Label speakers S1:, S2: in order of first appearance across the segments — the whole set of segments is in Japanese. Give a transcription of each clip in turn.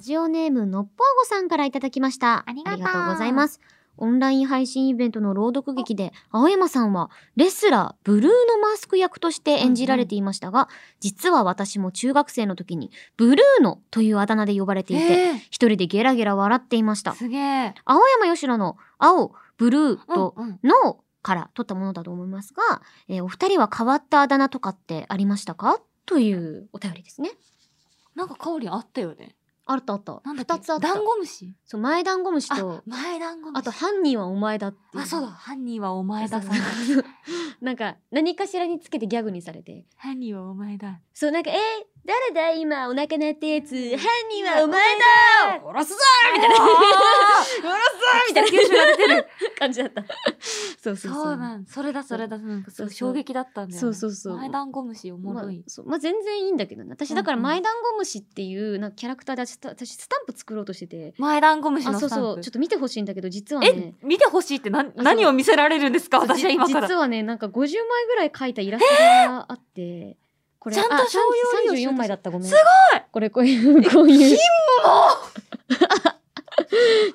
S1: ジオネームのっぽあごさんからいただきました。
S2: ありがとう
S1: ございます。オンライン配信イベントの朗読劇で、青山さんはレスラー、ブルーのマスク役として演じられていましたが、実は私も中学生の時に、ブルーノというあだ名で呼ばれていて、
S2: え
S1: 一人でゲラゲラ笑っていまし
S2: ー
S1: た。
S2: すげえ。
S1: 青山よしろの青、ブルーと
S2: うんうん
S1: のから取ったものだと思いますが、えーお二人は変わったあだ名とかってありましたかというお便りですね。
S2: なんか香りあったよね。
S1: あったあった。
S2: なんだっけ
S1: 二つあった
S2: ダ。ンゴムシ。
S1: そう、前ダンゴムシと
S2: あ、、前ダンゴムシ。
S1: あと犯人はお前だっていう。
S2: あ、そうだ。犯人はお前だ
S1: そ
S2: さ
S1: う。そう そうなんか、何かしらにつけてギャグにされて。
S2: 犯人はお前だ。
S1: そう、なんか、えー、誰だ今、お腹鳴ったやつ。犯人はお前だ殺すぞみたいな。殺すぞみたいな。感じだった。そうそうそう。
S2: そうなん。それだそれだ。なんかすごい
S1: そうそう
S2: 衝撃だったんだよね。
S1: そうそうそう
S2: 前ダンゴムシおも
S1: まあ
S2: ろい。
S1: そうまあ、全然いいんだけどね私だから「マイダンゴムシ」っていうなんかキャラクターで私私スタンプ作ろうとしてて
S2: 前ダンゴムシ
S1: あ
S2: の
S1: そう
S2: スタンプ。
S1: そうちょっと見てほしいんだけど実は
S2: え
S1: ね、
S2: 見てほしいって何
S1: そう
S2: 何を見せられるんですか私は今から。
S1: 実はねなんか50枚ぐらい描いたイラストがあって、これ
S2: ちゃんと
S1: あ
S2: 商用利用しようと
S1: 34枚
S2: して
S1: だったごめん
S2: すごい
S1: これこういう こういう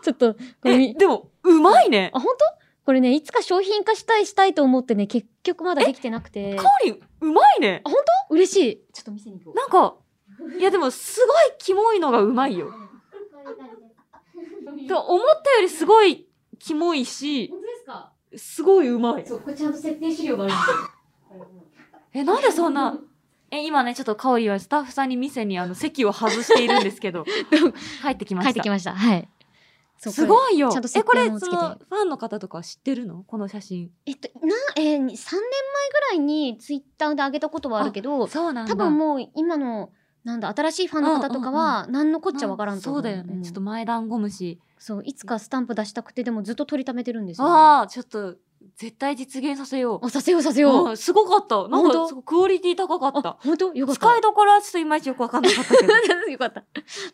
S1: ちょっとこれ
S2: え、
S1: み
S2: でも、うまいね。
S1: あ本当これねいつか商品化したいしたいと思ってね結局まだできてなくて
S2: 香り、うまいね。
S1: 嬉しいちょっと見せに行こう
S2: なんか、いやでも、すごいキモいのがうまいよ。でも思ったよりすごいキモいし、
S1: 本当ですか
S2: すごいうまい。
S1: そう、これちゃんと設定資料がある
S2: え、なんでそんな、え、今ね、ちょっと香りはスタッフさんに店にあの席を外しているんです けど、入ってきま
S1: 帰っ
S2: してた
S1: き。ました。はい。
S2: すご
S1: い
S2: いよ
S1: ちゃんと。
S2: え、
S1: 設
S2: これ、
S1: 定
S2: そ
S1: もつけて
S2: の、ファンの方とか知ってるのこの写真。
S1: えっと、な、えー、3年前ぐらいにツイッターで上げたことはあるけど、
S2: そうなんだ。
S1: 多分もう今の、なんだ、新しいファンの方とかは、何のこっちゃわからんと思。
S2: そううだよね。
S1: ん
S2: ちょっと前ダンゴムシ。
S1: そう、いつかスタンプ出したくて、でもずっと取りためてるんですよ。
S2: ああ、ちょっと、絶対実現させよう。
S1: あ、させようさせよう。
S2: うん、すごかった。なん
S1: 本当
S2: か、すごいクオリティ高かった
S1: あ、。本当よかった。
S2: 使いどころはちょっといまいちよくわかんなかったけど。
S1: よかった。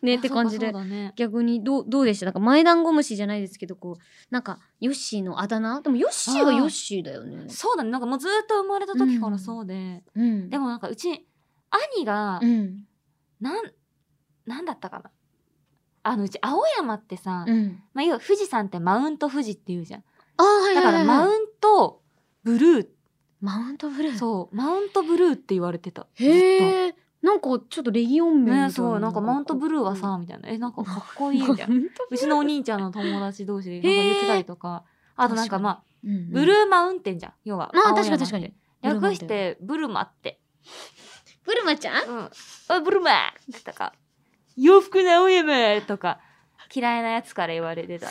S1: ねって感じで
S2: あ。そうかそうだね
S1: 逆にどうどうでしたなんか前ダンゴムシじゃないですけどこうなんかヨッシーのあだ名でもヨッシーはヨッシーだよね。
S2: そうだね。なんかもうずーっと生まれた時からそうで。
S1: うん、
S2: で
S1: も、
S2: もなんかうち、兄が
S1: う、ん
S2: なん、なんだったかな。あの、うち青山ってさ、
S1: うん、
S2: まあ、要は富士山ってマウント富士って言うじゃん。
S1: あーはい
S2: だ
S1: はいはいは
S2: か
S1: い
S2: らマウントブルー、
S1: マウントブルー
S2: そう、マウントブルーって言われてた。ずっ
S1: へえなんかちょっとレギオン
S2: と
S1: 名みたい
S2: ね、そう、なんかマウントブルーはさ、みたいな。え、なんかかっこいい、みたいな。うちのお兄ちゃんの友達同士でなんか言ってたりとか、あとなんかまあ、ブル
S1: ー
S2: ーマウンテンじゃん、要は。
S1: まあ
S2: 青山
S1: 確かに確かに。
S2: 略して、ブルマって。
S1: ブルマちゃん
S2: うん。おいブルマとか、洋服の青山とか、嫌いなやつから言われてた。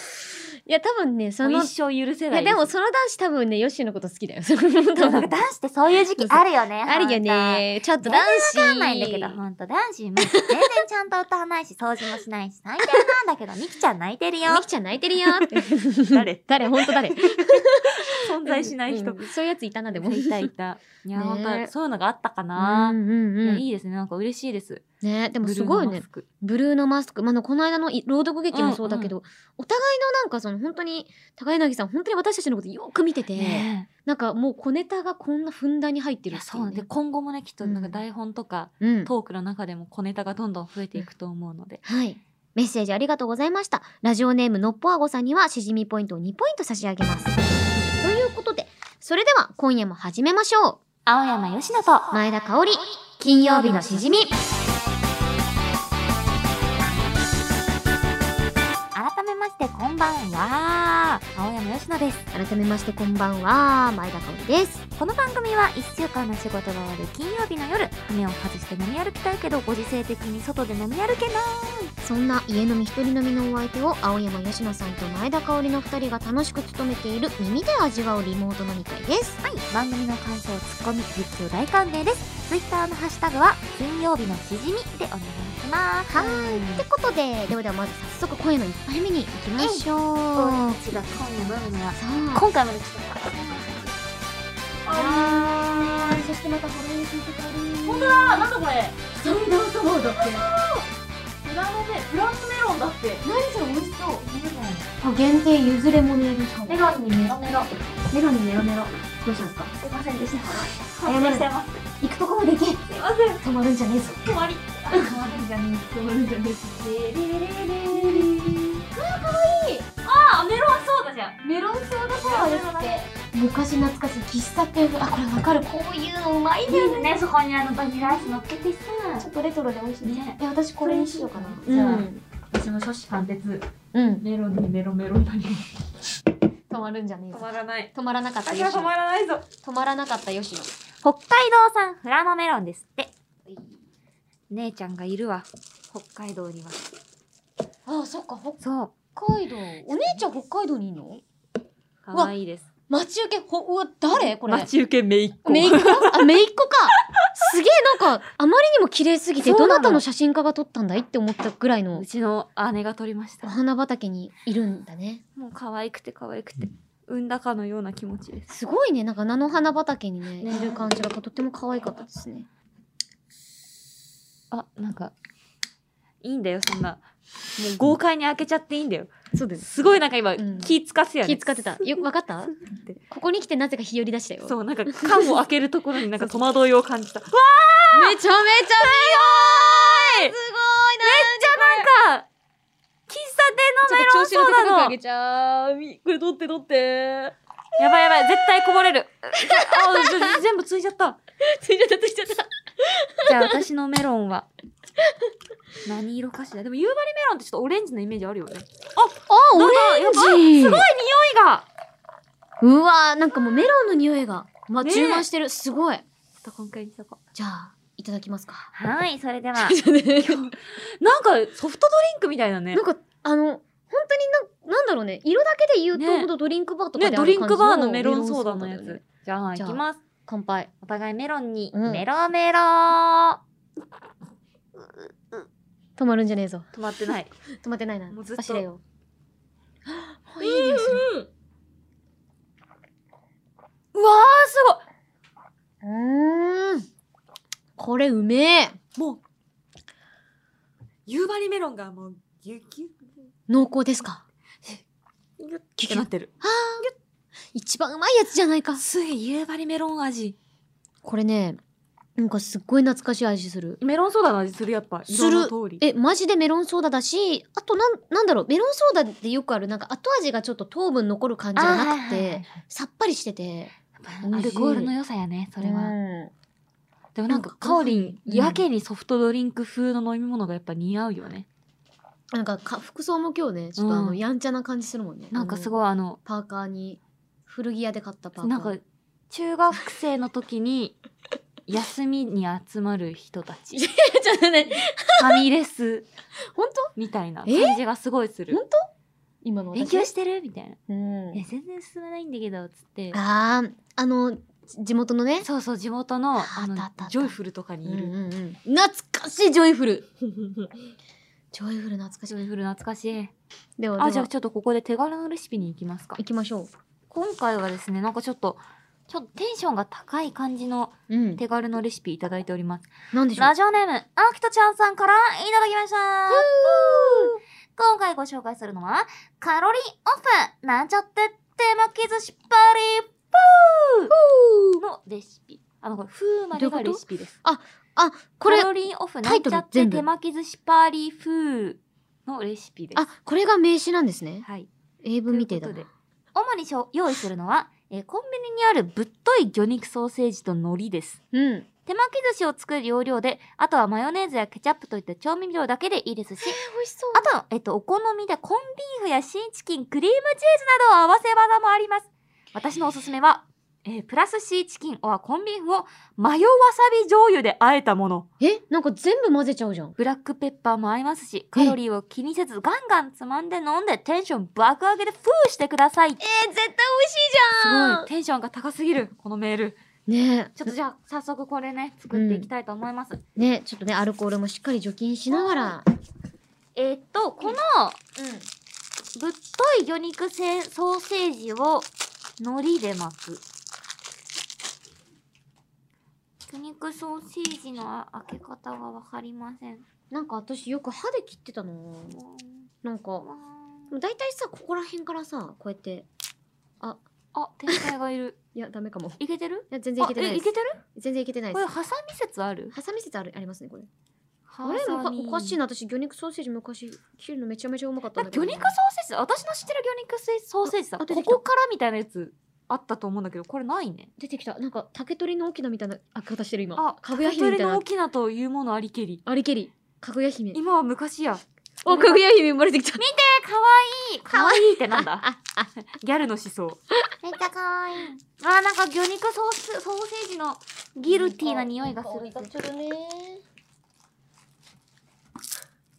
S1: いや多分ねそ
S2: も
S1: の
S2: う
S1: い
S2: 一生許せな
S1: や
S2: い。
S1: でも、その男子多分ねヨッシーのこと好 きだよ
S2: なんか男子ってそういう時期あるよね。
S1: あるよねちょっと
S2: 本当。
S1: 男子
S2: 全然わかんないんだけど、ほんと男子、まず全然ちゃんと歌わないし、掃除もしないし、最低なんだけど、ミキちゃん泣いてるよ
S1: み。きちゃん泣いてるよって
S2: 誰
S1: 誰本当誰
S2: 存在しない人。
S1: うんそういうやついたなでも
S2: いたいた。いや、
S1: ね
S2: ほんとそういうのがあった か
S1: う
S2: な。
S1: んうん
S2: いや
S1: うん
S2: いいですね。なんか嬉しいです。
S1: ねでもすごいね
S2: ブルーのマスク。
S1: ブルーのマスク、まああの、この間のい朗読劇もそうだけど、お互いのなんかその本当に高柳さん本当に私たちのことよく見てて、
S2: ね
S1: なんかもう小ネタがこんなふんだんに入って
S2: え。い
S1: るっ
S2: や、
S1: てい
S2: そう
S1: う
S2: なん
S1: ね
S2: で、今後もね、きっとなんか台本とか、
S1: うん
S2: トークの中でも小ネタがどんどん増えていくと思うので。
S1: はいメッセージありがとうございましたラジオネームのっぽあごさんにはしじみポイントを2ポイント差し上げますということでそれでは今夜も始めましょ
S2: 青山よしのと
S1: う、前田香織金曜日のしじみ
S2: 改めましてこんばんは。青山よしのです。
S1: 改めましてこんばんは前田香織です
S2: この番組は1週間の仕事が終わる金曜日の夜羽を外して飲み歩きたいけどご時世的に外で飲み歩けない
S1: そんな家飲み一人飲みのお相手を青山佳乃さんと前田香織の2人が楽しく務めている耳で味わうリモート飲み会です
S2: はい番組の感想ツッコミ実況大歓迎ですツイッターのハッシュタグは金曜日のしじみでお願いします
S1: はーいってことでではではまず早速声の1杯目に行きましょう
S2: 俺たちが今夜飲むのは
S1: そう
S2: 今回もです
S1: あそしてまたこれについてた
S2: 本当だなんだこれ
S1: サンダーサワーだって
S2: フランメフランスメロンだって
S1: 何それ美味しそうあ限定ゆずレモネードサワー
S2: ロンにメロメロ
S1: メロにネロネロどうしたんですか
S2: すいませんでした
S1: 反省して
S2: ます
S1: 行くとこまで行け
S2: すいません
S1: 止まるんじゃねえぞ
S2: 止まり止まるんじゃねえ止まるんじゃねえ
S1: あれって昔懐かしい喫茶店風あこれわかるこういうのうまいんだよね
S2: ね、そこにあのバニラアイス乗っけてさ。
S1: ちょっとレトロで美味しい
S2: ね。
S1: え私これにしようかな
S2: じゃあ
S1: うん
S2: 私の初子貫徹、
S1: うん
S2: メロンにメロメロになります。
S1: 止まるんじゃねえ
S2: 止
S1: ぞ
S2: まらない。
S1: 止まらなかった
S2: 私
S1: よ
S2: は
S1: し
S2: 止
S1: の
S2: まらないぞ。
S1: 止まらなかったよしの
S2: 北海道産フラノメロンですって。姉ちゃんがいるわ。北海道には。
S1: あそっか
S2: そう。
S1: 北海道お姉ちゃん北海道にいんの
S2: 可愛いです。
S1: 待ち受けほうわ誰これ
S2: 待ち受けめいっ子。
S1: めいっ子あ、めいっ子か。すげえなんか、あまりにも綺麗すぎて、
S2: そう
S1: ど
S2: なの
S1: なたの写真家が撮ったんだいって思ったぐらいうの
S2: ちの姉が撮りまし
S1: お
S2: た。
S1: 花畑にいるんだね。
S2: もう可愛くて可愛くて、産んだかのような気持ちです。
S1: すごいね、なんか菜の花畑にね、
S2: ね
S1: いる感じがとっても可愛かったですね。
S2: あ、なんか、いいんだよ、そんな。もう豪快に開けちゃっていいんだよ。
S1: そうです。
S2: すごいなんか今、
S1: ん
S2: 気使ってたよね。
S1: 気使ってた。よ、わかった
S2: て
S1: ここに来てなぜか日和出したよ。
S2: そう、なんか缶を開けるところになんか戸惑いを感じ た。わ
S1: めちゃめちゃ
S2: ーい
S1: すご
S2: なんか、喫茶店の
S1: い
S2: メロン
S1: なちょっと調子
S2: ソ
S1: の
S2: ー
S1: 高くあ
S2: ダの
S1: げ。ちゃう。み
S2: これ取って取って。やばいやばい、絶対こぼれる。 あ、ぜぜ全部ついちゃった。
S1: ついちゃったついちゃった。
S2: じゃあ私のメロンは。何色かしらでも夕張メロンってちょっとオレンジのイメージあるよね。匂い
S1: あ、オレンジ
S2: やばいすごいが
S1: うわーなんかもうメロンの匂いが、ま、
S2: ねえ
S1: 充満してる。すごい。
S2: ちょっと今回にしとこう。
S1: じゃあ、いただきますか。
S2: はい、それでは。
S1: な
S2: なんかソフトドリンクみたいなね
S1: ん。か、あの、本当にな、なんだろうね。色だけで言うと、
S2: ね
S1: ほんとドリンクバーとか
S2: ね、
S1: であ
S2: ド
S1: る
S2: リ
S1: 感じ
S2: ンクバーのメロンソーダの
S1: メ
S2: や
S1: ロンソだよ
S2: つ
S1: ね。
S2: じゃあ、い
S1: じゃあ
S2: きます。
S1: 乾杯。
S2: お互いメロンに、
S1: うん
S2: メロメロー。
S1: 止まるんじゃねえぞ。
S2: 止まってない。
S1: 止まってないな。
S2: もうずっと
S1: 走れよ。いいですね。
S2: うん。うわー、す
S1: うーん。これうめえ。
S2: ごい。もう、夕張メロンがもう、ぎゅぎゅ
S1: 濃厚ですか
S2: ぎゅってなってる。
S1: 一番うまいやつじゃないか。
S2: すげえ、夕張メロン味。
S1: これね、なんかすっごい懐かしい味する。
S2: メロンソーダの味する、やっぱ。
S1: する
S2: 色の通り。
S1: え、マジでメロンソーダだし、あとなん、なんだろう、メロンソーダってよくある、なんか後味がちょっと糖分残る感じがなく
S2: あーはいはいはい
S1: て、さっぱりしてて。
S2: アルコールの良さやね、それは。
S1: うん
S2: でもなんか、カオリン、やけにソフトドリンク風の飲み物がやっぱ似合うよね。
S1: なんかか、服装も今日ね、ちょっとあの、
S2: うん
S1: やんちゃな感じするもんね。
S2: なんかす
S1: い。
S2: ごいあの、
S1: パーカーに、古着屋で買ったパーカー。
S2: なんか、中学生の時に、休みに集まる人たち。
S1: ち
S2: フ
S1: ょっとね、
S2: ァミレス。
S1: 本当
S2: みたいな
S1: え
S2: 感じがすごいする
S1: ほん。今の私
S2: 勉強してるみたいな。
S1: うん
S2: いや、全然進まないんだけど、つって。
S1: あー、あの、地元のね、
S2: そうそう、地元の、あ
S1: あったあ
S2: の
S1: ったあった、
S2: ジョイフルとかにいる。
S1: うんうんうん懐かしい、ジョイフル。 ジョイフル懐かし
S2: ジ
S1: い。
S2: ョイフル懐かしい。
S1: では、
S2: あ、じ
S1: で
S2: ゃ
S1: は
S2: あちょっとここで手軽のレシピに行きますか
S1: 行。きましょ
S2: 今回はですね、なんかちょっと、ちょっとテンションが高い感じの
S1: う。うん。
S2: 手軽のレシピいただいております。
S1: なんでしょう
S2: ラジオネーム、あきとちゃんさんからいただきました今回ご紹介するのは、カロリーオフなんちゃって手巻き寿司パリプーのレシピ。あの、これ、風までがレシピです。
S1: あ、これ
S2: カ、ロリーオフな
S1: タイ
S2: ん
S1: ト
S2: ち
S1: ル
S2: ゃって
S1: 全部
S2: 手巻き寿司パリ風のレシピです。
S1: あ、これが名詞なんですね。
S2: はい。
S1: 英文みてえだ
S2: とい
S1: な
S2: う。主にしょ用意するのは、えーコンビニにあるぶっとい魚肉ソーセージと海苔です。
S1: うん。
S2: 手巻き寿司を作る要領で、あとはマヨネーズやケチャップといった調味料だけでいいですし、
S1: 美味しそう。
S2: あと、えっと、お好みでコンビーフやシーチキン、クリームチーズなどを合わせ技もあります。私のおすすめは、えープラスシーチキンはコンビーフをマヨわさび醤油で和えたもの。
S1: え、なんか全部混ぜちゃうじゃん。
S2: ブラックペッパーも合いますし、カロリーを気にせずガンガンつまんで飲んでテンション爆上げでフーしてください。す
S1: えー、絶対美味しいじ
S2: ごい。テンションが高すぎる、このメール。
S1: ねえ。
S2: ちょっとじゃあ、早速これね、作っていきたいと思います。
S1: ね、ちょっとね、アルコールもしっかり除菌しながら。
S2: えーっと、この、ぶっとい魚肉せんソーセージを海苔で巻く。魚肉ソーセージのあ開け方がわかりません。
S1: なんか私よく歯で切ってたななんか、だいたいさ、ここら辺からさ、こうやって。
S2: あ、天才がいる。
S1: いや、ダメかも。い
S2: いけてる
S1: や、全然い
S2: あ
S1: けてない
S2: え
S1: で
S2: い
S1: す
S2: け。てる
S1: 全然いけてない
S2: こ
S1: で
S2: れ、
S1: す。
S2: ハサミ説ある
S1: ハサミ節あるありますね、これ。あれ
S2: ハ
S1: も
S2: サ
S1: か
S2: ミ
S1: おかしいな私魚肉ソーセージ昔切るのめちゃめちゃうまかったんだけど
S2: 魚
S1: な
S2: 肉ソーセージ私の知ってる魚肉ソーセージさ
S1: ああ
S2: こ
S1: 出てきた
S2: こからみたいなやつあったと思うんだけどこれないね
S1: 出てきたなんか竹取の大きなみたいな開け方してる今
S2: あ
S1: かぐや姫みたい
S2: の
S1: な
S2: 大きなというものありけり
S1: ありけりかぐや姫
S2: 今は昔や
S1: おかぐや姫生まれてきた
S2: えかわいいかわいいってなんだギャルの思想
S3: めっちゃかわいい。
S2: あーなんか魚肉ソースソーセージのギルティーな匂いがする
S3: 香りがするね。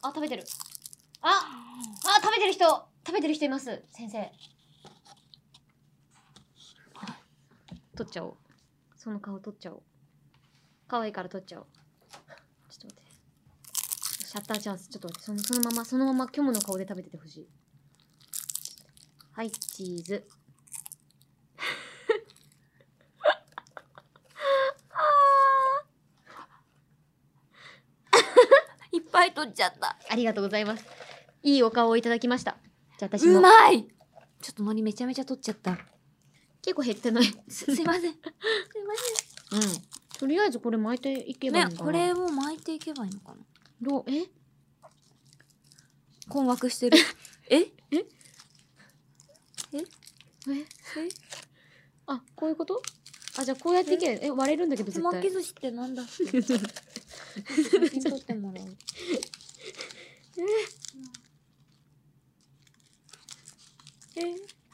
S1: あ食べてるああ食べてる人食べてる人います先生取っちゃおうその顔取っちゃおう可愛いから取っちゃおうちょっと待ってシャッターチャンスちょっと待ってそのそのままそのまま虚無の顔で食べててほしいはいチーズ
S2: いっぱい取っちゃった
S1: ありがとうございますいいお顔をいただきましたじゃあ私
S2: う
S1: も
S2: まいちょっとのりめちゃめちゃ取っちゃった
S1: 結構減ってない
S2: すすいませんすいま
S1: うんとりあえずこれ巻いていけばいい
S2: せ
S1: ん
S2: んね
S1: だ
S2: これを巻いていけばいいのかな
S1: どうえ
S2: 困惑してる ええ
S1: えあ、こういうことあ、じゃあこうやっていけばいいのえ、割れるんだけど
S2: 手
S1: 絶
S2: 巻き
S1: 対。
S2: 寿司ってなんだっけ取ってもらう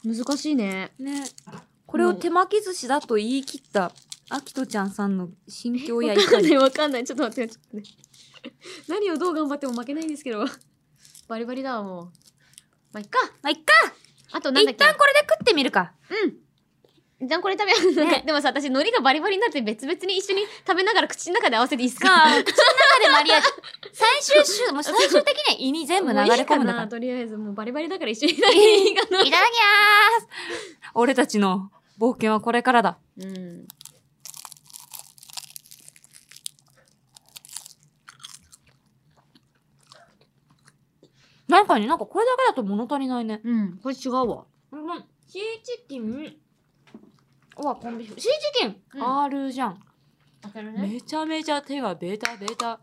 S1: 難しいね。
S2: ねこれを手巻き寿司だと言い切ったあきとちゃんさんの心境やい かに、
S1: わかんない。ちょっと待って、ちょっとね。何をどう頑張っても負けないんですけど。バリバリだわ、もう。まあ、いっか。
S2: まあ、いっか
S1: あとなんだ
S2: 一
S1: っけ
S2: 旦これで食ってみるか
S1: うん。じゃあこれ食べよう。
S2: ね
S1: でもさ、私、海苔がバリバリになって別々に一緒に食べながら口の中で合わせていいですか
S2: あ ー口の中でマリアージュ最終週もう最終的には胃に全部流れ込
S1: も
S2: むんだ
S1: ういいか
S2: から
S1: なとりあえず、もうバリバリだから一緒に食べていいかな。
S2: いただきます俺たちの冒険はこれからだ
S1: うん。
S2: なんかねなんかこれだけだと物足りないね
S1: うん。これ違うわ。
S2: うんシーチキンはコンビーフシーチキン、
S1: うん
S2: R じゃん
S1: 開ける
S2: めちゃめちゃ手がベタベタ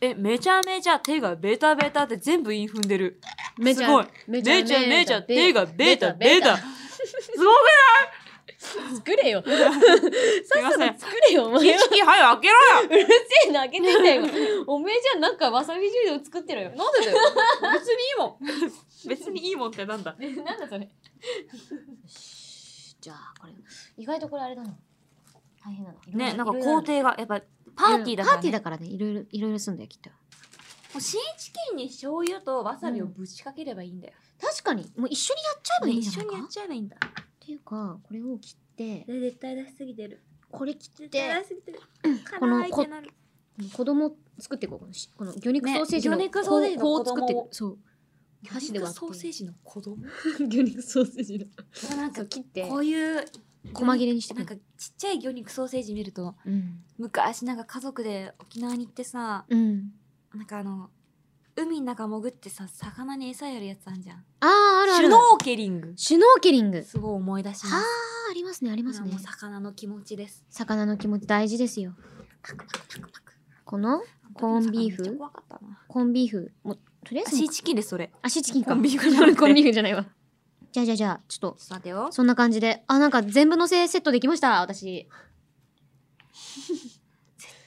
S2: えめちゃめちゃ手がベタベタって全部韻踏んでる
S1: めちゃ
S2: すごい
S1: め
S2: めちゃめちゃ手がベタベタすご
S1: 作れよ。
S2: すいません
S1: 作れよ、お
S2: くシ
S1: 前
S2: ー
S1: は。
S2: チキン早く開けろよ
S1: うるせえな、開けてんだよ。おめえじゃなんかわさび汁を作ってろよ。
S2: なんでだよ別にいいもん 別にいいもんってなんだ
S1: なんだそれ。じゃあ、これ、意外とこれあれだな。大変だなの。
S2: ねなんか
S1: いろいろ
S2: 工
S1: ある
S2: 程がやっぱパーティーだから、ね、
S1: パーティーだからね、いろいろ、いろいろすんだよ、きっと。
S2: もうシーチキンに醤油とわさびをぶちかければいいんだよ、
S1: 確かに、もう一緒にやっちゃえばいいん
S2: ね
S1: じゃ
S2: 一
S1: な
S2: 緒
S1: い
S2: に
S1: か。
S2: やっ
S1: っ
S2: ちゃえばいいんだ
S1: ていうか、これを切って、
S2: 絶対出しすぎてる
S1: これ切って、
S2: すぎてる
S1: このこ
S2: なる
S1: 子供作っていこうこのし。この魚肉ソーセージの、
S2: ね魚肉ソーセージの
S1: こう
S2: 子
S1: こう
S2: 供を
S1: 作っていくそう。箸
S2: 箸
S1: で
S2: で
S1: 割って
S2: ソーセージの子供
S1: 魚肉ソーセージの。
S2: なん
S1: そ
S2: か
S1: う切って
S2: こういう
S1: 細切れにして
S2: なんかちっちゃい魚肉ソーセージ見ると
S1: うん
S2: 昔なんか家族で沖縄に行ってさ
S1: うん
S2: なんかあの海の中潜ってさ魚に餌やるやつあんじゃん
S1: あああるある
S2: シュノーケリング
S1: シュノーケリング
S2: すごい思い出します
S1: はあありますねあります
S2: なんか
S1: ね
S2: もう魚の気持ちです
S1: 魚の気持ち大事ですよ
S2: パクパクパクパク
S1: このコンビーフ
S2: めっちゃ怖かったな
S1: コンビーフもうとりあえず
S2: シーチキンですそれ
S1: 足チキンか
S2: コンビーフじゃなくて
S1: コンビーフじゃないわじゃあじゃあじゃあちょっ
S2: ちょっと待てよ
S1: とそんな感じであなんか全部のせセットできました私
S2: 絶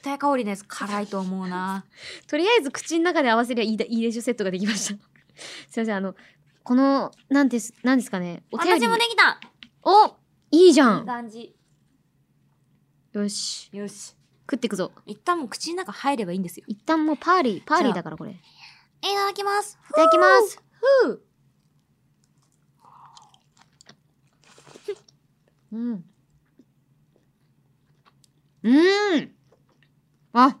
S2: 対香りのやつ辛いと思うな
S1: とりあえず口の中で合わせりゃいいだいいでしょセットができました すいませんあのこのなんですなんですかねお便り
S2: 私もできた
S1: おいいじゃ
S2: いい
S1: ん
S2: 感じ
S1: よし
S2: よし
S1: 食っていくぞ
S2: 一旦もう口の中入ればいいんですよ
S1: 一旦もうパーリーパーリーだからこれい
S2: いただきます
S1: ただきます
S2: ふう
S1: うん。うーん。あ、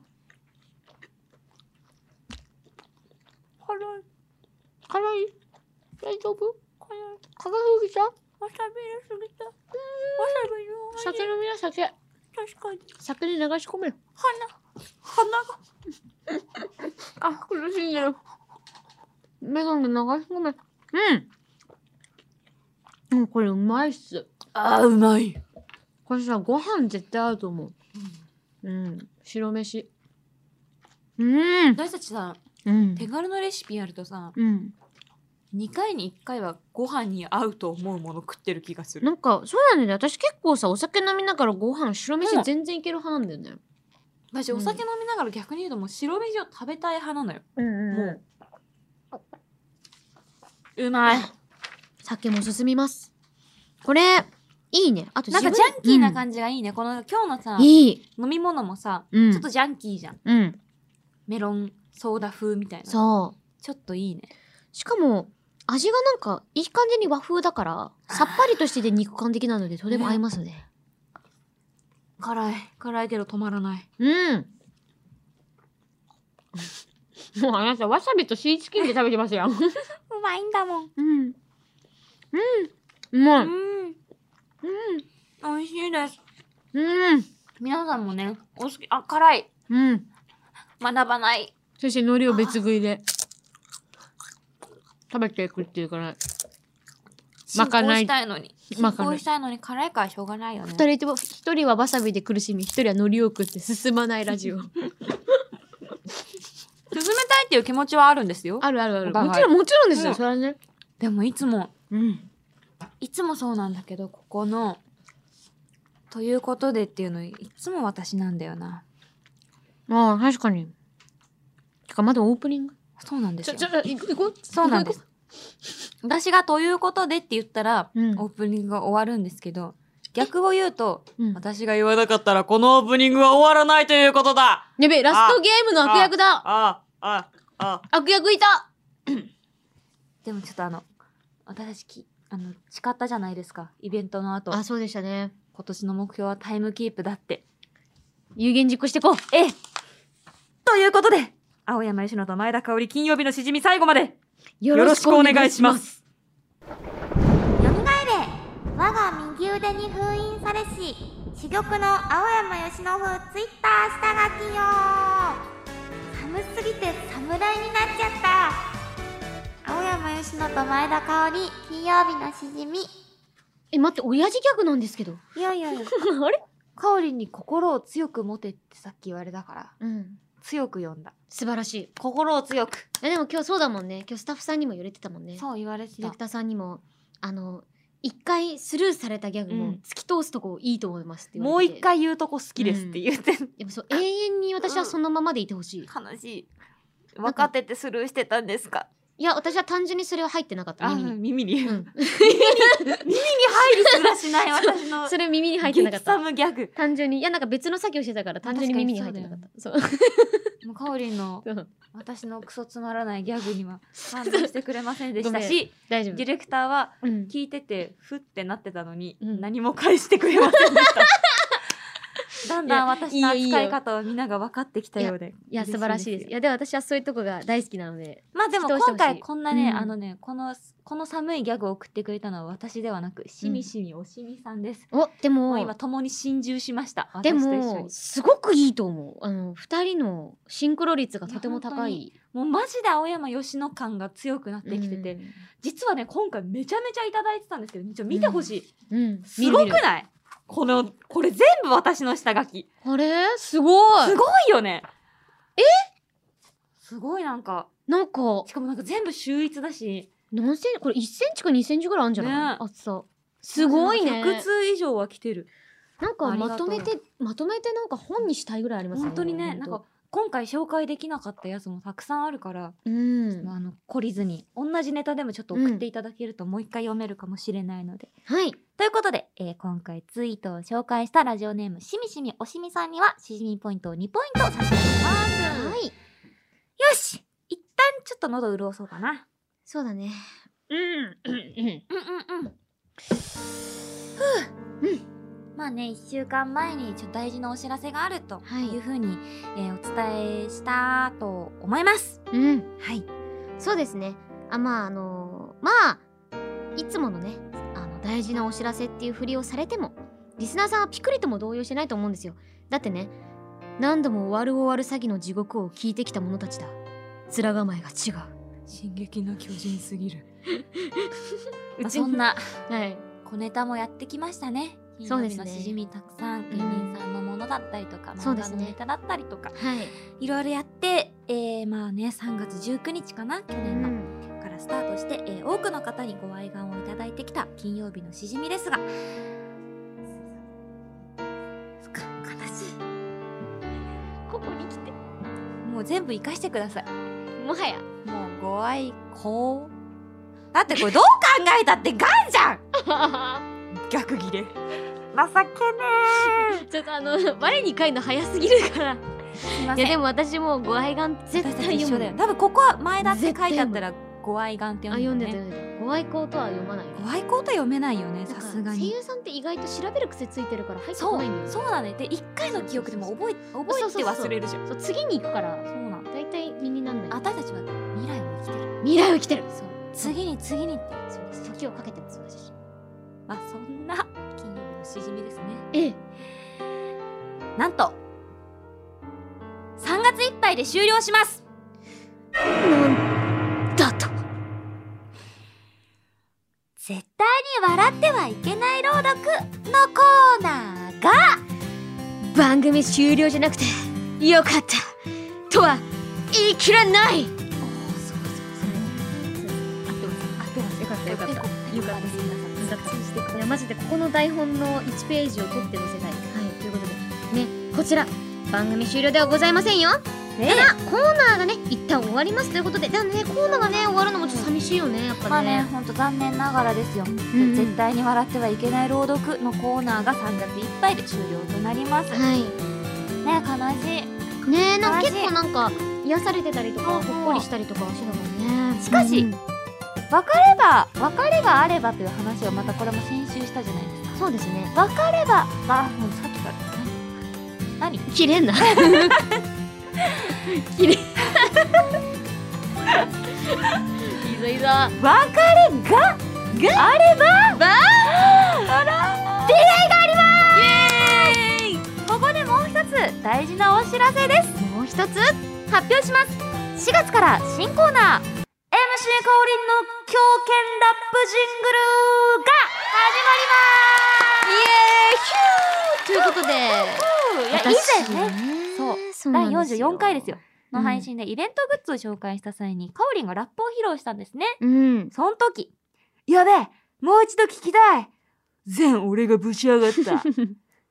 S2: 辛い
S1: 辛い。大丈夫
S2: 辛い
S1: 辛すぎた
S2: わさび入れすぎたわさびの味
S1: 酒飲みな、酒。
S2: 確かに
S1: 酒に流し込めよ。
S2: 鼻鼻が
S1: あ、苦しんでる。メロンで流し込め。うん。もうんこれうまいっす。
S2: あーうまい
S1: これさ、ご飯絶対合うと思う。うん。白飯。うん。
S2: 私たちさ
S1: うん。
S2: 手軽のレシピやるとさ
S1: うん。
S2: 2回に1回はご飯に合うと思うもの食ってる気がする
S1: なんか、そうやねんね。私結構さ、お酒飲みながらご飯、白
S2: う
S1: 飯
S2: ん
S1: 全然いける派なんだよね。
S2: 私お酒飲みながら逆に言うともう白飯を食べたい派なのよ
S1: うんうん
S2: もうまい
S1: 酒も進みます。これ、いいね。あと
S2: なんかジャンキーな感じがいいね、この今日のさ
S1: じいい。
S2: 飲み物もさ、
S1: うん
S2: ちょっとジャンキーじゃん
S1: うん。
S2: メロンソーダ風みたいな
S1: そ
S2: ちょっといいね
S1: う。しかも、味がなんか、いい感じに和風だから、さっぱりとしてて肉感的なので、とても合いますね。
S2: 辛い辛いけど止まらない
S1: うん。もうあなた、わさびとシーチキンで食べてますよ。
S2: うまいんだもん
S1: うん。うん。もう
S2: うん美味しいです
S1: うん。
S2: 皆さんもねお好きあ辛い
S1: うん。うん。
S2: 学ばない
S1: そして海苔を別食いで。食べていくっていうから。まかない
S2: 進行したいのに
S1: ま
S2: 進
S1: かない
S2: 行したいのに辛いからしょうがないよね
S1: 二人とも、一人はわさびで苦しみ、一人は海苔を食って進まないラジオ。
S2: 進めたいっていう気持ちはあるんですよ
S1: あるあるあ
S2: お
S1: る。
S2: 互い
S1: もちろん、もちろんですよ、
S2: うん
S1: それはね。
S2: でもいつも
S1: うん。
S2: いつもそうなんだけどここの「ということで」っていうのいつも私なんだよな
S1: ああ、確かに。てか、まだオープニング。
S2: そうなんですよ
S1: ょ、行こ行こう。
S2: そうなんです。私が「ということで」って言ったら、
S1: うん
S2: オープニングが終わるんですけど逆を言うと
S1: うん。
S2: 私が言わなかったらこのオープニングは終わらないということだ
S1: やべえ、ラストゲームの悪役だ
S2: あああ
S1: 悪役いた
S2: でもちょっとあの私たちきあの誓ったじゃないですかイベントの後
S1: あ、そうでしたね。
S2: 今年の目標はタイムキープだって
S1: 有言実行していこう。
S2: ええということで青山由乃と前田香織金曜日のしじみ最後まで
S1: よ。
S2: ろしくお願いします
S4: 蘇れ我が右腕に封印されし珠玉の青山由伸ツイッター下書きよ寒すぎて侍になっちゃった青山由伸と前田香織金曜日のしじみ
S1: え、待って、親父ギャグなんですけど。
S2: いやいやいや
S1: あれ
S2: 香織に心を強く持てってさっき言われたから
S1: うん。
S2: 強く読んだ
S1: 素晴らしい。
S2: 心を強く
S1: え、でも今日そうだもんね。今日スタッフさんにも言われてたもんね。
S2: そう言われ
S1: デ
S2: て
S1: ィレ
S2: た
S1: クターさんにも、あの、一回スルーされたギャグ
S2: う
S1: も
S2: ん
S1: 突き通すとこいいと思いますって言
S2: も
S1: わ
S2: う
S1: れて。
S2: 一。回言うとこ好きですって言って、
S1: でもそう、永遠に私はそのままでいてほしい。
S2: 悲しい分かっててスルーしてたんですか
S1: いや、私は単純にそれは入ってなかった、耳に。
S2: 耳に、
S1: う
S2: 耳に
S1: ん。
S2: 入るすらしない私 の
S1: それ耳に入ってなか
S2: 激
S1: った
S2: サ。ムギャグ
S1: 単純に、いや、なんか別の作業してたから、単純に耳に入ってなかった。そう。
S2: もうかおりんの
S1: そう
S2: 私のクソつまらないギャグには反応してくれませんでしたし
S1: 大丈
S2: ディ
S1: 夫。
S2: レクターは
S1: うん。
S2: 聞いててふってなってたのに、
S1: うん
S2: 何も返してくれませんで しただんだん私
S1: い
S2: の
S1: やいいよいいよ
S2: 扱い方をみんなが分かってきたようで
S1: いや、素晴らしいです。い
S2: よ
S1: や、でも私はそういうとこが大好きなので。
S2: まあでも
S1: 人をして
S2: 今
S1: ほしい
S2: 回こんなね、
S1: うん
S2: あのねこのこの寒いギャグを送ってくれたのは私ではなくしみしみおしみさんです、
S1: お、で
S2: もう
S1: も
S2: 今、共に心中しました
S1: で
S2: 私と一緒
S1: も、
S2: に
S1: すごくいいと思う。あの、二人のシンクロ率がとても高
S2: い
S1: い。
S2: もうマジで青山吉野感が強くなってきてて、実はね今回めちゃめちゃいただいてたんですけどちょっと見てほしい、
S1: うん。うん。
S2: すご
S1: 見
S2: く
S1: る見る
S2: ないこのこれ全部私の下書き
S1: あれすごい
S2: すごいよねえすごいなんか
S1: なんか
S2: し、かもなんか全部秀逸だし
S1: 何センチこれ1センチか2センチぐらいあるんじゃない、
S2: ね
S1: 厚さ。すごいね。
S2: 100通以上は来てる
S1: なん
S2: あ
S1: か
S2: りが
S1: まと
S2: とう
S1: めてまとめてなんか本にしたいぐらいありますね。
S2: 本当にね
S1: 本
S2: なん
S1: 当
S2: か今回紹介できなかったやつもたくさんあるから、
S1: うん。
S2: あの懲りずに同じネタでもちょっと送っていただけるともう一回読めるかもしれないので、
S1: はい。
S4: ということで、えー今回ツイートを紹介したラジオネームしみしみおしみさんにはしじみポイントを2ポイント差し上げます
S1: はい。
S4: よし
S2: 一旦ちょっと喉潤そうかな
S1: そうだね。うん。
S4: うんうんうん。ふう。ん。まあね、一週間前にちょっと大事なお知らせがあると
S1: はい
S4: いうふうに、えーお伝えしたと思います。
S1: うん。
S4: はい。
S1: そうですね。あまああのまあいつものねあの大事なお知らせっていうふりをされてもリスナーさんはピクリとも動揺してないと思うんですよ。だってね何度も終わる終わる詐欺の地獄を聞いてきた者たちだ。面構えが違う。
S2: 進撃の巨人す ぎる、ま
S1: う
S2: あ、
S1: ち
S2: そんな
S1: はい。
S4: 小ネタもやってきましたね。
S1: そうです
S4: 金曜
S1: ね
S4: 日のしじみたくさん、芸人さんのものだったりとか、
S1: そう
S4: 漫
S1: で
S4: 画
S1: す
S4: の
S1: ね
S4: ネタだったりとか、
S1: はい。
S4: いろいろやって、
S3: えー、まあね3月19日かな去
S1: う
S3: 年の、
S1: ん
S3: からスタートして、えー多くの方にご愛願をいただいてきた金曜日のしじみですがか悲しいここに来てもう全部生かしてください
S1: もはや
S3: もうご愛好だってこれどう考えたってガンじゃん逆ギレ
S2: 情けね
S1: ちょっとあの我に返るの早すぎるからい
S3: すいませ
S1: や
S3: ん
S1: でも私もうご愛願絶
S3: 私たち
S1: 対
S3: 一
S1: 読
S3: 緒
S1: む
S3: だよ多分ここは前だって書いてあったらご愛願って
S1: あ
S3: 読
S1: 読ん
S3: ん
S1: で
S3: で
S1: た
S3: たよね
S1: 読んでたご愛好とは読まない
S3: ご愛好とは読めないよね
S1: なん
S3: さ
S1: か
S3: すが
S1: 声
S3: に
S1: 優さんって意外と調べる癖ついてるから入って
S3: そ
S1: こ
S3: う
S1: ないんだよ
S3: そうだねで一回の記憶でも覚え覚えて忘れるじゃん
S1: そう次に行くから
S3: そうなの
S1: 大体身になんない
S3: 私たちは未来を生きてる
S1: 未来を生きてる
S3: そう次に次にってそうです
S1: 時をかけてます私
S3: まあそんな金曜日のしじみですね
S1: ええ
S3: なんと3月いっぱいで終了します
S1: なんだと
S2: 絶対に笑ってはいけない朗読のコーナーが
S1: 番組終了じゃなくてよかったとは言い切らな
S3: おおそうそ
S1: い
S3: うそう合ってます合ってますよかったよかったよかったです皆さん
S1: いやマジでここの台本の1ページを取って見せたいはいということでねこちら番組終了ではございませんよ
S3: ね
S1: ただコーナーがね一旦終わりますということででもねコーナーがね終わるのもちょっと寂しいよねやっ
S2: ま
S1: ぱ
S2: あね
S1: ね,、
S2: ほんと残念ながらですよ、
S1: ん
S2: 絶対に笑ってはいけない朗読のコーナーが3月いっぱいで終了となります、ね
S1: は
S2: 悲しい
S1: いねえなんか
S2: 悲しい
S1: 結構なんか癒されてたりとか
S2: そうそう
S1: ほっこりしたりとかはしてたもんね
S2: しかし
S1: うん
S2: 別れば別れがあればという話をまたこれも先週したじゃないですか
S1: そうですね
S2: 別ればあもうさっきから何何
S1: 切れんな切れいいぞいいぞ
S2: 別れががあればあら出会いがありますイエーイここでもう一つ大事なお知らせです
S1: もう一つ
S2: 発表します4月から新コーナー MC かおりんの狂犬ラップジングルが
S1: ということで
S2: 始まりますいや以前ね
S1: ね
S2: そう
S1: そう
S2: 第
S1: なんですよ
S2: 44回ですよの
S1: うん
S2: 配信でイベントグッズを紹介した際にかおりんがラップを披露したんですね
S1: うん
S2: その時やべえもう一度聞きたい全俺がぶち上がった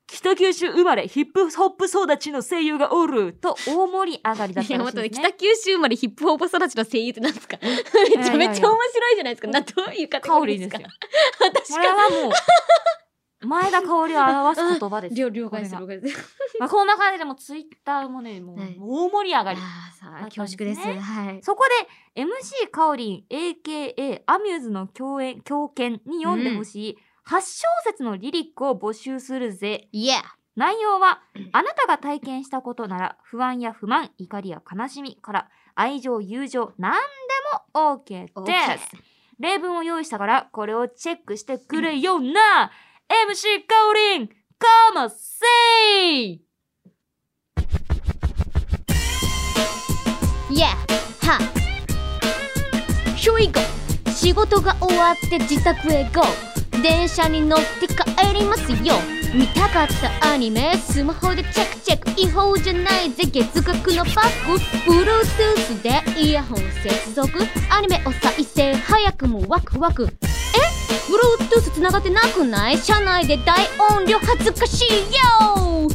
S2: 北九州生まれヒップホップ育ちの声優がおると大盛り上がりだっ
S1: い
S2: た
S1: や
S2: らし
S1: 待
S2: い
S1: って
S2: ですね
S1: 北九州生まれヒップホップ育ちの声優ってなん ですかめちゃめちゃ面白いじゃないですかなどういうカテ
S2: かお
S1: ゴリ
S2: り
S1: ー
S2: ん
S1: で
S2: です
S1: か確
S2: すよこ れ
S1: か
S2: はも う前田香織を表す言葉です
S1: に了了解す
S2: こ
S1: る
S2: れ
S1: 了解でする
S2: まあ、こんな感じでもツイッターもねもう
S1: はい
S2: 大盛り上がり、
S1: あーさ
S2: あ
S1: あ恐縮です
S2: あったん
S1: はい
S2: そこで MC かおりん AKA アミューズの狂演狂犬に読んでほしい8小節のリリックを募集するぜ
S1: いや
S2: 内容はあなたが体験したことなら不安や不満怒りや悲しみから愛情友情何でも OK です、
S1: OK
S2: 例文を用意したからこれをチェックしてくれよな MC かおりんかませい
S1: いやはひょいご仕事が終わって自宅へ GO 電車に乗って帰りますよ見たかったアニメスマホでチェックチェック違法じゃないぜ月額のパック Bluetooth でイヤホン接続アニメを再生早くもワクワクえ Bluetooth 繋がってなくない車内で大音量恥ずかしいよ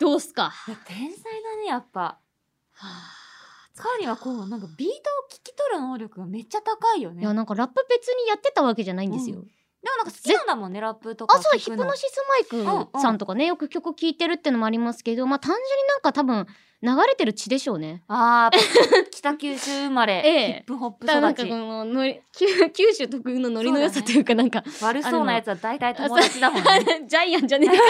S1: どうすか
S2: いや天才だねやっぱカーリンはこうなんかビートを聞き取る能力がめっちゃ高いよね
S1: いや
S2: でも
S1: なんかラップ別にやってたわけじゃないんですよ、
S2: うなんか好きなんだもんねラップとか
S1: あそう
S2: 聞
S1: ヒプ
S2: くの
S1: ノシスマイクさんとかね、よく曲聴いてるってのもありますけどまあ単純になんか多分流れてる血でしょうね。
S2: あーやっぱ北九州生まれ、
S1: ええ
S2: ヒップホップ
S1: だからなん
S2: 育
S1: かこ
S2: ち
S1: のノリ九九州特有のノリの良さというかなんか
S2: 悪そうなやつは大体友達だもんね
S1: ジャイアンじゃねえか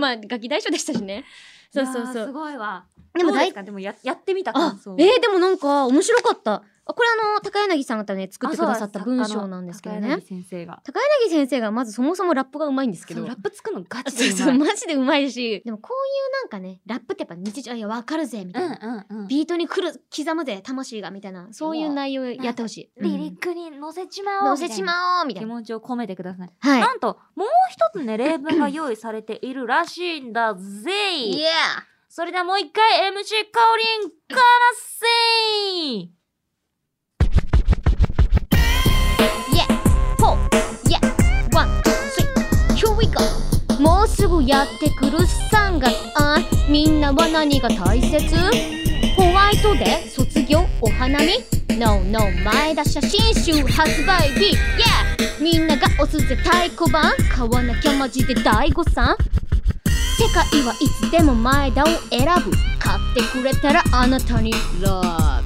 S1: まあガキ大将でしたしねそうそう
S2: いや
S1: そ
S2: ーす
S1: う
S2: ごいわ
S1: でも
S2: どうで
S1: 大
S2: すかでもややってみた
S1: あ
S2: 感想
S1: えー、でもなんか面白かったあこれあの高柳さんがね作ってくださった
S2: あそう
S1: 文
S2: です作家
S1: 章
S2: の
S1: なんですけど
S2: 高
S1: ね
S2: 柳先生が
S1: 高柳先生がまずそもそもラップがうまいんですけ
S2: そ
S1: ど
S2: うラップ作るのガチ
S1: そ
S2: で
S1: う
S2: うまい
S1: そうマジでうまいしでもこういうなんかねラップってやっぱ日常いやわかるぜみたいな、
S2: うんうんうん
S1: ビートに来る刻むぜ魂がみたいなそういう内容やってほしい
S5: リリックに乗せちまおう
S1: 乗
S5: みたいな
S1: せちまおうみたい
S2: 気
S1: な
S2: 持ちを込めてください
S1: はい
S2: なんともう一つね例文が用意されているらしいんだぜ
S1: いや
S2: それではもう一回 MC カオリンかなせー
S1: ワン、ツー、here we go もうすぐやってくる3月あみんなは何が大切ホワイトデー卒業お花見 No No 前田写真集発売日 Yeah みんなが押すぜ太鼓判買わなきゃマジで大誤算世界はいつでも前田を選ぶ買ってくれたらあなたに Love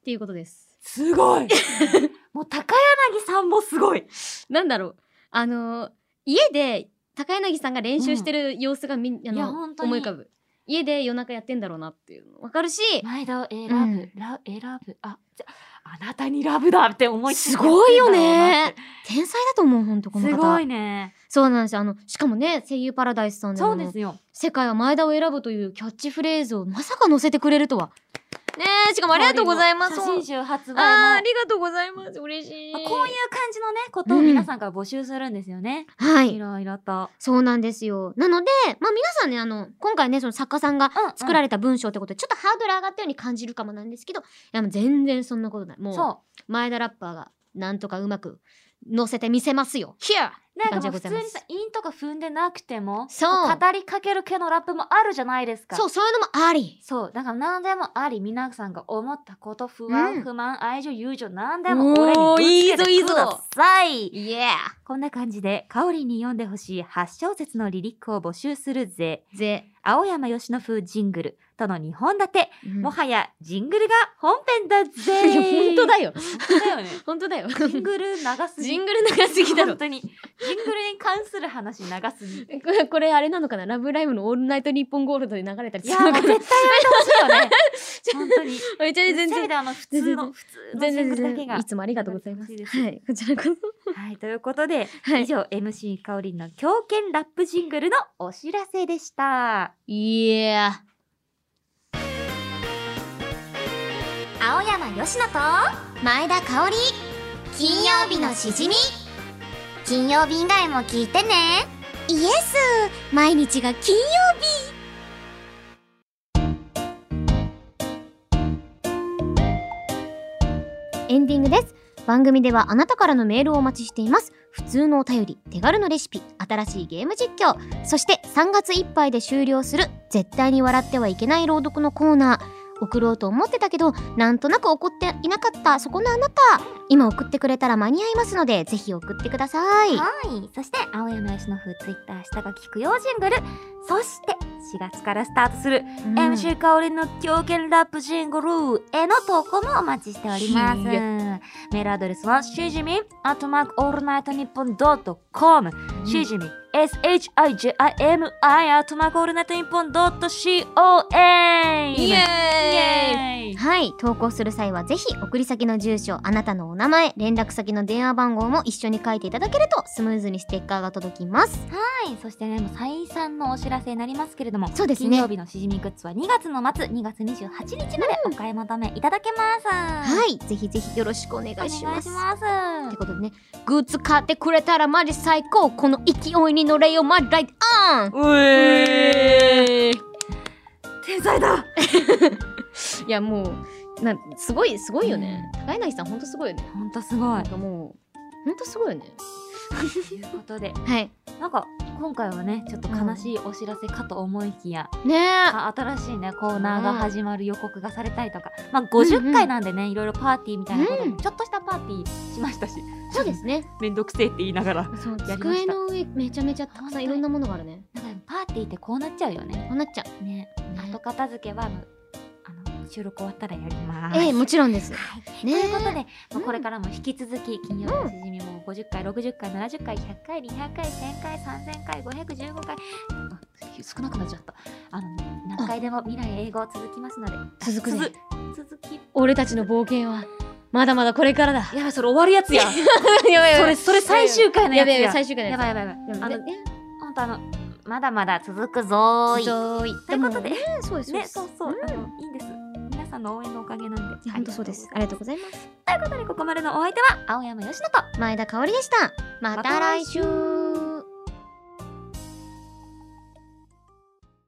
S1: っていうことです
S2: すごい もう高柳さんもすごい
S1: なんだろうあのー家で高柳さんが練習してる様子がみ、ん、あ
S2: いや
S1: の
S2: 本当に
S1: 思い浮かぶ家で夜中やってんだろうなっていうのわかるし
S2: 前田を選ぶ、
S1: うん
S2: ラ選ぶあじゃあなたにラブだって思いつつ
S1: すごいよね天才だと思うほんとこの
S2: す
S1: 方
S2: ごいね
S1: そうなんですよあのしかもね声優パラダイスさんで
S2: そ
S1: も
S2: う
S1: ね
S2: ですよ
S1: 世界は前田を選ぶというキャッチフレーズをまさか載せてくれるとはねえしかもありがとうございます
S2: 写真集発売の
S1: あーありがとうございます嬉しい
S2: まあこういう感じのねことを皆さんから募集するんですよね、
S1: はい
S2: いろいろと
S1: そうなんですよ。なので、まあ皆さんね、あの、今回ね、その作家さんが
S2: うんうん
S1: 作られた文章ってことで、ちょっとハードル上がったように感じるかもなんですけど、いや、もう全然そんなことない。も、
S2: そう
S1: 前田ラッパーが、なんとかうまく、乗せてみせますよ。Here!
S2: うなんか
S1: って感じ
S2: も
S1: でございま
S2: う普通
S1: す
S2: にさ韻とか踏んでなくても
S1: そう
S2: こ語りかける系のラップもあるじゃないですか
S1: そう、そういうのもあり。
S2: そうだから何でもあり皆さんが思ったこと不安、
S1: うん
S2: 不満愛情友情何で
S1: お
S2: も
S1: ー
S2: 俺にぶつけ
S1: いいぞい
S2: て
S1: い
S2: く
S1: ぞ
S2: ださい
S1: Yeah!
S2: こんな感じでかおりんに読んでほしい8小節のリリックを募集するぜ
S1: ぜ、
S2: 青山よしの風ジングルとの2本立て、
S1: うん
S2: もはやジングルが本編だぜ
S1: いや、本当だよ。
S2: 本当だよね
S1: 本当だよ。
S2: ジングル長すぎ。
S1: ジングル長すぎだろ
S2: 本。当に。ジングルに関する話長す ぎ。
S1: これこれあれなのかなラブライブのオールナイトニッポンゴールドで流れたり
S2: い
S1: するの
S2: や、もう
S1: か
S2: 絶対
S1: な
S2: やめてほしいよね。本当に。
S1: めっちゃ全
S2: 全然。
S1: 然
S2: であの、普通の、普通の
S1: 全
S2: ジン
S1: 然
S2: グルだ
S1: 全
S2: けが
S1: 然い。つもありがとうございます。
S2: やめてほしい
S1: はい、こちらこそ。
S2: はい、ということで、
S1: はい
S2: 以。上、MC かおりんの狂犬ラップジングルのお知らせでした。
S1: いや
S5: 青山よしのと前田香織金曜日のしじみ金曜日以外も聞いてねイエス毎日が金曜
S1: エンディングです。番組ではあなたからのメールをお待ちしています。普通のお便り、手軽のレシピ、新しいゲーム実況、そして3月いっぱいで終了する絶対に笑ってはいけない朗読のコーナー。送ろうと思ってたけど、なんとなく怒っていなかったそこのあなた。今送ってくれたら間に合いますので、ぜひ送ってください。
S2: はい。そして、青山よしの風ツイッター、下が聞くよジングル。そして、4月からスタートする、
S1: うん
S2: MC かおりんの狂犬ラップジングルへの投稿もお待ちしております。
S1: い
S2: メ
S1: や
S2: ールアドレスはしじみ、アットマークオールナイトニッポンドットコム、しじみ、shijimi、アットマークオールナイトニッポンドット com。
S1: イエ
S2: ーイイ
S1: はい、投稿する際はぜひ送り先の住所、あなたのお名前、連絡先の電話番号も一緒に書いていただけるとスムーズにステッカーが届きます。
S2: はい、そしてね、もう再三のお知らせになりますけれども、
S1: そうですね
S2: 金曜日のしじみグッズは2月の末、2月28日までお買い求めいただけます。い、
S1: はい、ぜひぜひよろしくお願い
S2: お願い
S1: し
S2: し
S1: ま。
S2: ますす。
S1: ってことでね、グッズ買ってくれたらマジ最高この勢いに乗れよマジライトオン
S2: うえ天才だ
S1: いやもう、なすごい、すごいよね。高柳さんほんとすごいよね。
S2: ほんとすご
S1: ないん。かもう、ほんとすごいよね。
S2: ということで、
S1: はい。
S2: なんか今回はね、ちょっと悲しいお知らせかと思いきや、
S1: ねえ。
S2: あ新しいね、コーナーが始まる予告がされたりとか、まあ50回なんでね、いろいろパーティーみたいなこと
S1: うん
S2: も、ちょっとしたパーティーしましたし、
S1: そうですね。
S2: めんどくせえって言いながら。
S1: そう
S2: した
S1: 机の上めちゃめちゃたくさんいろんなものがあるね。
S2: なんかねパーティーってこうなっちゃうよね。
S1: こうなっちゃう。
S2: ね、後片付けは、あのあの、収録終わったらやります。
S1: ええ、もちろんです。
S2: はい、
S1: ねえ
S2: ということで、まあ
S1: うん
S2: これからも引き続き金曜日のしじみも50回、60回、70回、100回、200回、1000回、3000回、515回、あ少なくなっちゃった。あの、
S6: 何回でも未来英語続きますので
S1: 続くね。
S6: つづ続き
S1: 俺たちの冒険は、まだまだこれからだ。
S2: やばい、それ終わるやつや。
S1: やばい
S2: それ、それ最終回の
S1: や
S2: やつ
S1: ばいやばい、
S2: や。
S1: 最終回の
S2: や
S1: や
S2: ばいやばいや
S1: つ。
S2: ばい。あの、
S1: ね
S2: ほんとあの、まだまだ続くぞーい。
S1: ぞーい。
S2: ということで
S1: もね、そうです。
S2: ね、そうそう、
S1: んい
S2: あの、いいんです。皆さんの応援のおかげなんで。
S1: や、本当そうです。ありがとうございます。
S2: ということで、ここまでのお相手は、青山よしのと。
S1: 前田香織でした。また来週。